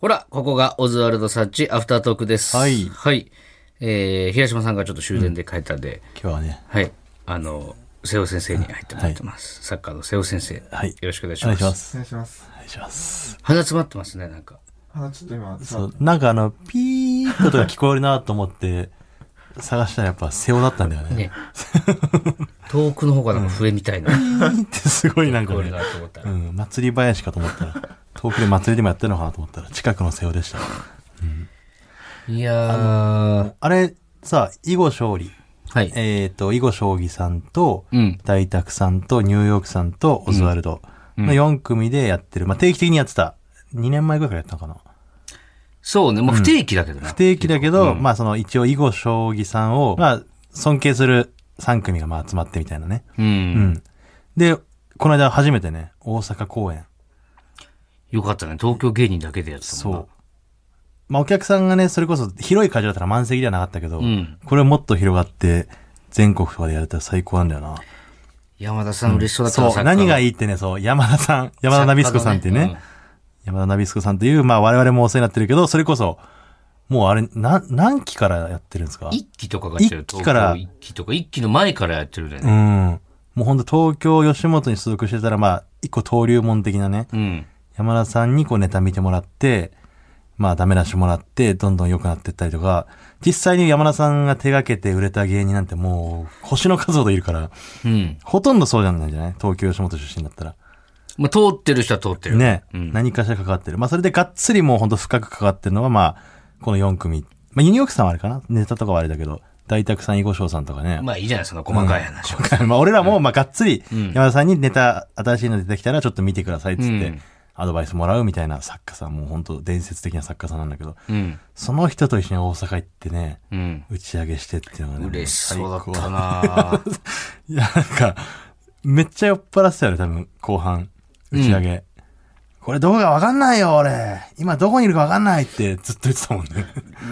ほら、ここがオズワルド・サッチ、アフタートークです。はいはい。えー、平島さんがちょっと終電で帰ったんで、今日はね、はい。あの、瀬尾先生に入ってもらってます。サッカーの瀬尾先生。はいよろしくお願いしお願まいす。します。お願いしますお。願いします。鼻詰まってますね、なんか。あ、ちょっと今、そさう、なんかあの、ピーッととか聞こえるなと思って、 探したらやっぱ背負だったんだよね。ね。遠くの方がなんか笛みたいな。ピーってすごいなんかこれねだ、と思ったうら。ん、祭り林かと思ったら、遠くで祭りでもやってるのかなと思ったら、近くの背負でした。いやー。あれ、さ、囲碁勝利。はい。えっ、と、囲碁将棋さんと、うん。大拓さんとニューヨークさんとオズワルドの4組でやってる。まあ、定期的にやってた。2年前ぐらいからやったのかな。そうね。まあ、不定期だけどな。不定期だけど、うんまあその一応囲碁将棋さんを、まあ尊敬する3組がまあ集まってみたいなね。う。うんん。で、この間初めてね、大阪公演。よかったね。東京芸人だけでやってたもんなそう。。まあお客さんがね、それこそ広い会場だったら満席ではなかったけど、うんこれもっと広がって、全国とかでやれたら最高なんだよな。山田さん嬉しそうだったなそう。何がいいいってね、そう、山田さん、山田ナビスコさんっていうね、山田ナビスコさんという、まあ我々もお世話になってるけど、それこそ、もうあれ、な、何期からやってるんですか一期とかがやってる。一期から東京一期とか、一期の前からやってるんだようね。ん。もうほんと東京吉本に所属してたら、まあ、一個登竜門的なね、うん。山田さんにこうネタ見てもらって、まあダメ出しもらって、どんどん良くなってったりとか、実際に山田さんが手掛けて売れた芸人なんてもう、星の数ほどいるから、うん。ほとんどそうじゃないんじゃない東京吉本出身だったら。まあ、通ってる人は通ってる。ね、うん何かしら関わってる。まあそれでがっつりもうほんと深く関わってるのは、まあ、この4組。まあユニオークさんはあれかなネタとかはあれだけど、大沢さん、囲碁将さんとかね。まあいいじゃない、その細かい話は。まあ俺らも、まあがっつり、ん山田さんにネタ、新しいの出てきたらちょっと見てくださいっつっうんて、アドバイスもらうみたいな作家さん、もう本当伝説的な作家さんなんだけど、うん。その人と一緒に大阪行ってね、うん。打ち上げしてっていうのがね。嬉しそうだっもう最たな高。いや、なんか、めっちゃ酔っ払ってたよね、多分、後半。打ち上げ。これどこかわかんないよ、俺。今どこにいるかわかんないってずっと言ってたもんね。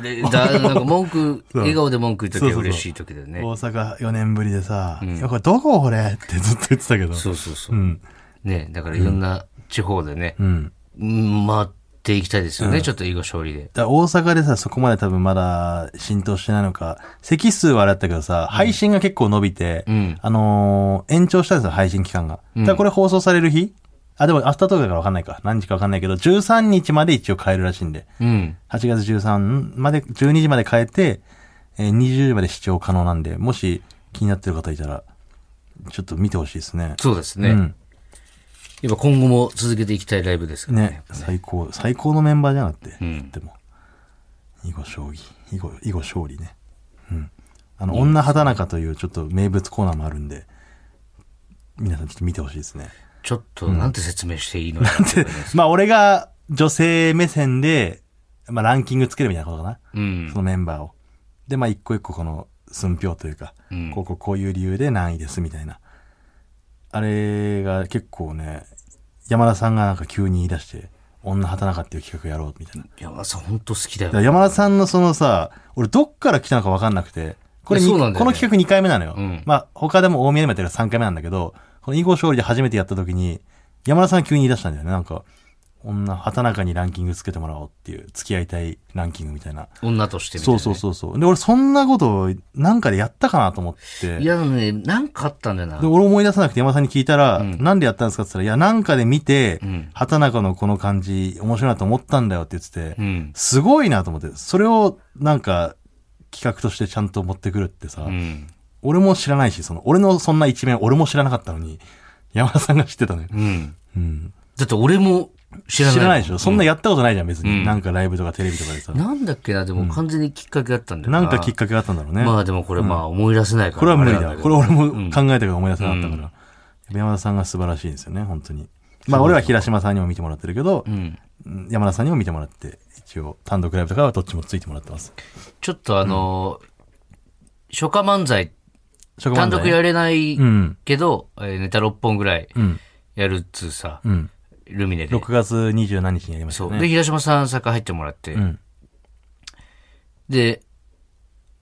うれだなんか文句、う笑顔で文句言っとそうきそうゃそう嬉しい時だよね大。阪4年ぶりでさ、んいやこれどここれってずっと言ってたけど。そうそうそうう。ん。ね、だからいろんな地方でね、うん。うん回っていきたいですよね、ちょっと囲碁勝利で。だから大阪でさ、そこまで多分まだ浸透してないのか、席数はあれだったけどさ、配信が結構伸びて、うんあのー延長したんですよ、配信期間が。だからこれ放送される日あ、でもアフタートークだからわかんないか。何時かわかんないけど、13日まで一応変えるらしいんで。うん。 8月13まで、12時まで変えて、えー20時まで視聴可能なんで、もし気になってる方いたら、ちょっと見てほしいですね。そうですね。うん。やっぱ今後も続けていきたいライブですからねね。、最高、最高のメンバーじゃなくて、うんでも、囲碁将棋、囲碁、囲碁勝利ね。うん。あの、女畑中というちょっと名物コーナーもあるんで、皆さんちょっと見てほしいですね。ちょっと、なんて説明していいのやらっていうかねまあ、俺が女性目線で、まあ、ランキングつけるみたいなことかな。うんそ。のメンバーを。で、まあ、一個一個この寸評というか、うんこうこうこういう理由で何位ですみたいな。あれが結構ね、山田さんがなんか急に言い出して、女畑中っていう企画やろうみたいな。山田さん本当好きだよだからね。山田さんのそのさ、俺どっから来たのか分かんなくて、これいやに、そうなんだよねこの企画2回目なのよ。うんまあ他でも大宮でもやってるから3回目なんだけど、この囲碁勝利で初めてやった時に、山田さんが急に言い出したんだよね。なんか、女、畑中にランキングつけてもらおうっていう、付き合いたいランキングみたいな。女としてみたいそなね。うそうそうそう。で、俺そんなこと、なんかでやったかなと思って。いや、でもね、なんかあったんだよなで、。俺思い出さなくて山田さんに聞いたら、んなんでやったんですかって言ったら、いや、なんかで見て、うん畑中のこの感じ、面白いなと思ったんだよって言ってて、うん。すごいなと思って、それをなんか企画としてちゃんと持ってくるってさ、うん。俺も知らないし、その、俺のそんな一面俺も知らなかったのに、山田さんが知ってたね。うん。うん。だって俺も知らない。でしょそんなやったことないじゃん、別に。うんなんかライブとかテレビとかでさ。なんだっけな、でも完全にきっかけあったんだよな。なんかきっかけがあったんだろうね。まあでもこれまあ思い出せないから。これは無理だあなんわ。けこどれ俺も考えたけど思い出せなかったから。うんやっぱ山田さんが素晴らしいんですよね、本当に。まあ俺は平島さんにも見てもらってるけどう、ん。うん山田さんにも見てもらって、一応単独ライブとかはどっちもついてもらってます。ちょっとあのー、初夏漫才、職場単内独やれないうん。けど、えーネタ6本ぐらいうん。やるっつうさ、うん。ルミネで。 6月27日にやりましそたよう。で、ね。平島さん作家入ってもらってう。ん。で、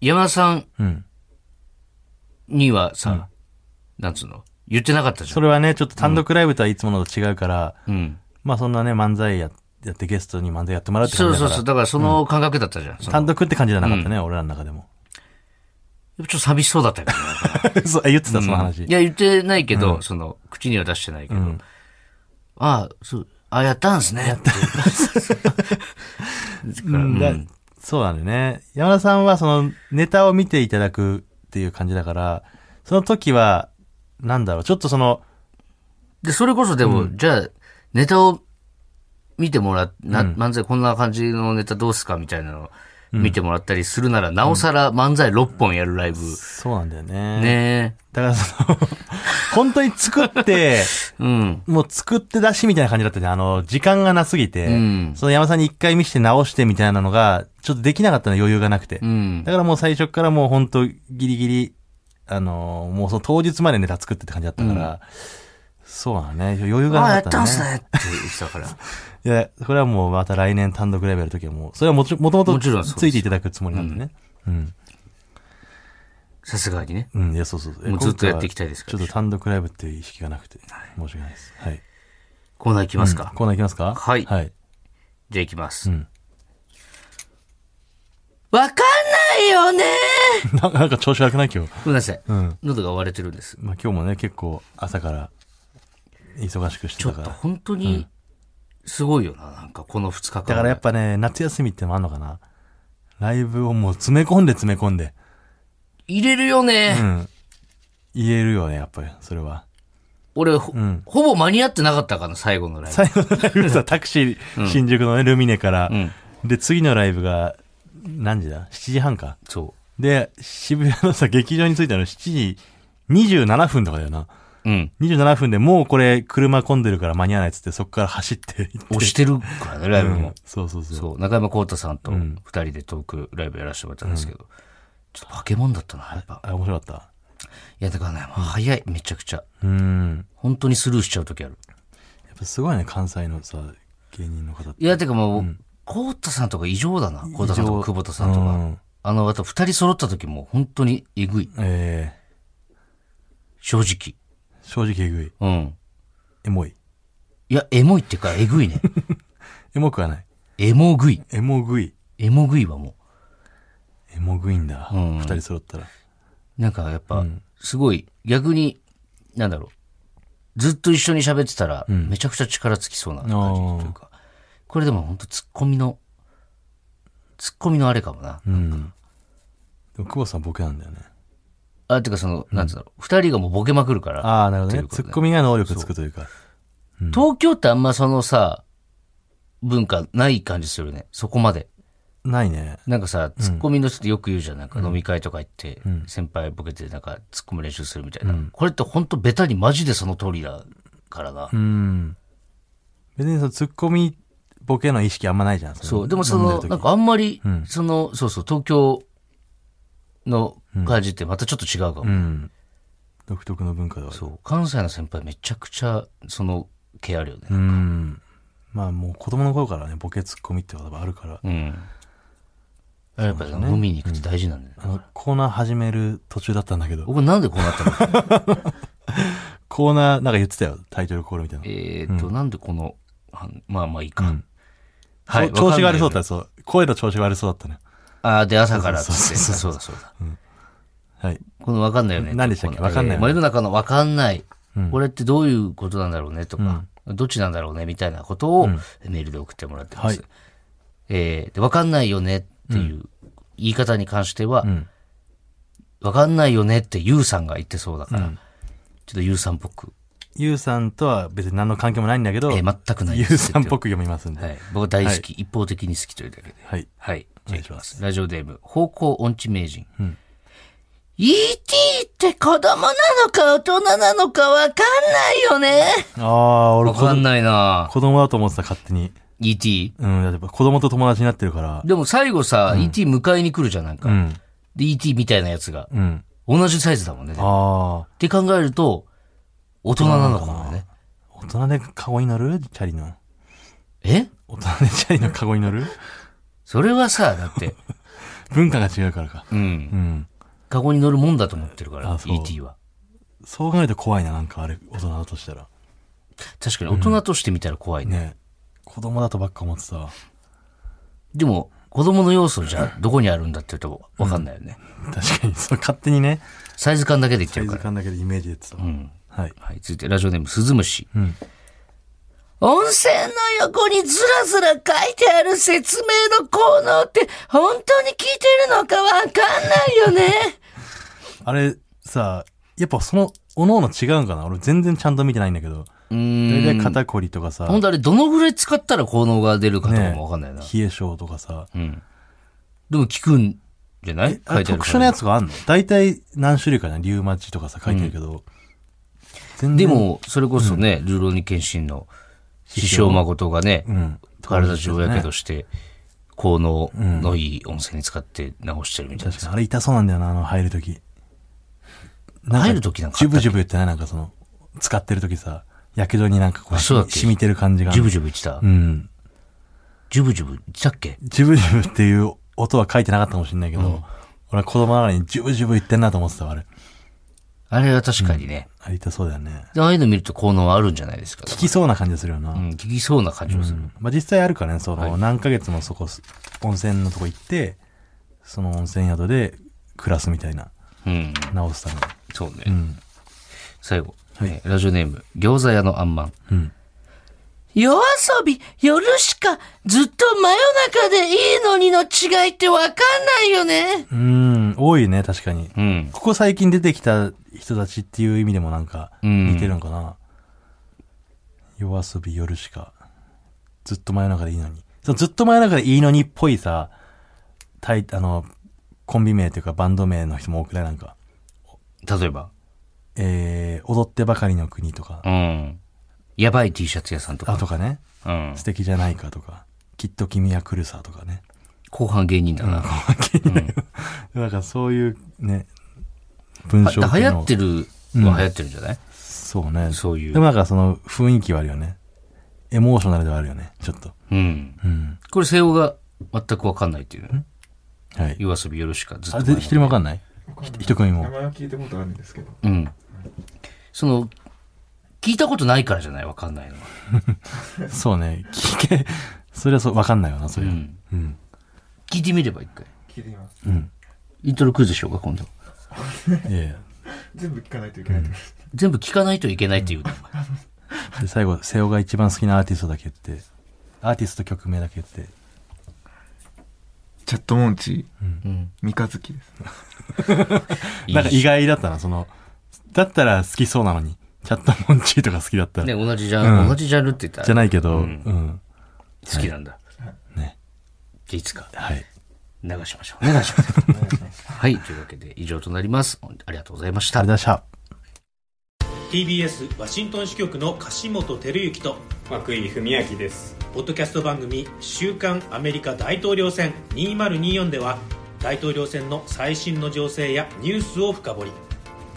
山田さんうん。にはさ、なんつうの言ってなかったじゃそん。れはね、ちょっと単独ライブとはいつものと違うから、うん。まあそんなね、漫才や、やってゲストに漫才やってもらうってそ感うじそだかうらそう。だからその感覚だったじゃん。その単独って感じじゃなかったね、俺らの中でも ちょっと寂しそうだったけどね。そうえ言ってたその話、いや、言ってないけど、その、口には出してないけど、ああ、そう、あやったんすね。やった。だそうなんだよね。山田さんはそのネタを見ていただくっていう感じだから、その時は、なんだろう、ちょっとその、で、それこそでも、じゃあ、ネタを見てもらっ、な、漫才こんな感じのネタどうすかみたいなのを見てもらったりするなら、なおさら漫才6本やるライブ。そうなんだよね。ねだからそ の、本当に作って、え。うん。もう作って出しみたいな感じだったじゃん。あの、時間がなすぎて、んその山田さんに一回見して直してみたいなのが、ちょっとできなかったの余裕がなくて。うん。だからもう最初からもう本当ギリギリ、あのーもうその当日までネタ作ってって感じだったから、そうだね。余裕がなああ、かやっったね。たんすねって言ってたから。いや、これはもうまた来年単独ライブやるときはもう、それはもちろん、もともともちろんそうですついていただくつもりなんでね。うん。さすがにね。うん、いや、そうそうそう。もうずっとやっていきたいですからちょっと単独ライブっていう意識がなくて、申し訳ないです。はい。コーナー行きますか。コーナーいきますかはいはい。 じゃあ行きます。んわかんないよねななんか調子悪くない今日。ごめんなさい。うん。喉が割れてるんです。まあ今日もね、結構朝から忙しくしてちょたっかとら。本当に、すごいよな、なんかこの2日間。だからやっぱね、夏休みってのもあんのかな。ライブをもう詰め込んで詰め込んで。入れるよね。うん。言えるよね、やっぱり、それは。俺ほ、んほぼ間に合ってなかったからな、最後のライブ。最後のライブ さ、タクシー、新宿のね、ルミネから、んで、次のライブが、何時だ ?7 時半か。そで、渋谷のさ、劇場に着いたの7時27分とかだよな。う。うん。 27分でもうこれ、車混んでるから間に合わないっつって、そっから走って行って。押してるからね、ライブも。うんそうそうそう。そう、中山浩太さんと2人でトークライブやらせてもらったんですけど、ちょっと化け物だったな、やっぱ。あ、面白かっいや、だからね、もう早い、めちゃくちゃ。た。うん。本当にスルーしちゃう時ある。やっぱすごいね、関西のさ、芸人の方って。いや、てかもう、コウタさんとか異常だな。コウタさんと異常か久保田さんとか。うんあの、あと二人揃った時も本当にえぐい。え正ー、正直えぐい。直。うん。エモい。いや、エモいっていうか、えぐいね。 エモくはない。エモぐい。エモぐい。エモぐいはもエモぐいんだ。二、ん人揃ったら。う。なんかやっぱ、すごい、逆に、なんだろう。ずっと一緒に喋ってたら、めちゃくちゃ力つきそうな感じというか。これでも本当ツッコミの、ツッコミのあれかもな。うん。でも、久保さんボケなんだよね。あ、てかその、なんつうんだろう。二人がもうボケまくるから。ああ、なるほどといね。うこツとでッコミが能力つくというか。東京ってあんまそのさ、文化ない感じするね。そこまで。ないね。なんかさ、ツッコミの人ってよく言うじゃん。なんか飲み会とか行って、先輩ボケてなんかツッコむ練習するみたいな。これってほんとベタにマジでその通りだからな。うん。別にそのツッコミ、ボケの意識あんまないじゃん。そう。でもその、なんか、かあんまり、その、そうそう、東京の感じってまたちょっと違うかも。うん。独特の文化だから。そう。関西の先輩めちゃくちゃ、その、気あるよね。うん。まあもう子供の頃からね、ボケツッコミって言葉あるから、うん。やっぱ飲みに行くって大事なんだよね。あの、コーナー始める途中だったんだけど、僕なんでこうなったの コーナーなんか言ってたよ。タイトルコールみたいな。えーっと、なんでこの、はまあまあいいか。は、はいい調子が悪そうだわかんないった、そう。声の調子が悪そうだったね。ああ、で、朝からっつって。そうそそううだそうだ。はい。このわかんないよね。何でしたっけわかんないよねえー真夜中のわかんない。これってどういうことなんだろうねとか、どっちなんだろうねみたいなことをメールで送ってもらってます。はいえーで、わかんないよねっていう言い方に関しては、わかんないよねってゆうさんが言ってそうだから、ちょっとゆうさんっぽく、ゆうさんとは別に何の関係もないんだけど、えー全くないゆでうす。さんっぽく読みますんで。はい。僕大好き、一方的に好きというだけで。はい。はい。じゃあいきお願いしまます。ラジオデーム、方向音痴名人。E.T. って子供なのか大人なのかわかんないよね。ああ、俺わ子かんないな子供だと思ってた、勝手に。 E.T. うん、やっぱ子供と友達になってるから。でも最後さ、E.T. 迎えに来るじゃん、なんか。うん。で、E.T. みたいなやつが。うん。同じサイズだもんね。っああ、て考えると、大人なのかもね。大人でカゴに乗るチャリの。え大人でチャリのカゴに乗るそれはさ、だ って、文化が違うからか。うんう。ん。カゴに乗るもんだと思ってるからあ、そう E.T. は。そう考えると怖いな、なんかあれ、大人だとしたら。確かに大人として見たら怖いね。ね子供だとばっか思ってたわでも、子供の要素じゃどこにあるんだって言うと分かんないよね。確かに、そう、勝手にね、サイズ感だけで言ってサイるかズら。感だけでイメージで言ってたわ。はい。はい、続いてラジオネーム、鈴虫。ん温泉の横にずらずら書いてある説明の効能って本当に聞いてるのかわかんないよね。 あれ、さ、やっぱその、おのおの違うんかな俺全然ちゃんと見てないんだけど。う大ー体ん。肩こりとかさ、ほんとあれ、どのぐらい使ったら効能が出るかとかねもわかんないな。冷え性とかさ。うん。でも聞くんじゃない書いてああれるから特殊なやつがあんの大体何種類かなリウマチとかさ、書いてるけど。全然で、も、それこそね、ルロニケンシンの師匠誠がね、うん。体中をやけどして、効能のいい温泉に使って治してるみたいな確。かに、あれ痛そうなんだよな、あの、入るとき。入る時なんかあったジュブジュブ言ってないなんかその、使ってるときさ、やけどになんかこう、そうだっけ染みてる感じが。ジュブジュブ言ってた、うん。ジュブジュブ言ってたっけジュブジュブっていう音は書いてなかったかもしれないけど、俺は子供ながらにジュブジュブ言ってんなと思ってたわ、あれ。あれは確かにね。あれ痛そうだよね。でああいうの見ると効能はあるんじゃないですか。効きそうな感じがするよな。うん、聞きそうな感じもする。まあ、実際あるからね、その、何ヶ月もそこ、温泉のとこ行って、その温泉宿で暮らすみたいな、うん。直すために。そうね。ん最後、えーラジオネーム、餃子屋のあんまん。夜遊び、夜しか、ずっと真夜中でいいのにの違いってわかんないよね。うん、多いね、確かに。うん。ここ最近出てきた人たちっていう意味でもなんか、うん似てるのかな。夜遊び夜しか、ずっと真夜中でいいのに。そのずっと真夜中でいいのにっぽいさ、たい、あの、コンビ名というかバンド名の人も多くないなんか、例えば、えー、踊ってばかりの国とかう、ん。やばい T シャツ屋さんとあか。とかね、うん素。敵じゃないかとか、きっと君は来るさとかね。後半芸人だな。 なんかそういうね、文章だって流いう行のってるは流行ってるんじゃない、そうね。そういうでもなんかその雰囲気はあるよね。エモーショナルではあるよね。ちょっと。うん、うん。これ、西欧が全くわかんないっていうね。はい。夜遊び夜しかずっとあ、真夜で中。一人もわかんないひ一組名も。前は聞いたことあるんですけどうん。その、聞いたことないからじゃないわかんないのは。そうね。聞け、それはそう、わかんないよな、そうれは。ん。うん。聞いてみれば一回。聞いてみますうん。イントロクイズしようか、今度。いやいや全部聞かないといけないってことです全部聞かないといけないっていうの。で、最後、瀬尾が一番好きなアーティストだけ言って、アーティスト曲名だけ言って、チャットモンチうん。三日月ですいいなんか意外だったな、その、だったら好きそうなのに、チャットモンチーとか好きだったら、ね、同じジャンル、うん同じジャンルって言ったら。じゃないけど、ううんん、好きなんだ。ね。じゃあいつかはい。流しましょう。流しましょう。はい。というわけで、以上となります。ありがとうございましあたれ。だしゃ。 TBS ワシントン支局の樫本照之と涌井文明ですポッドキャスト番組「週刊アメリカ大統領選2024」では大統領選の最新の情勢やニュースを深掘り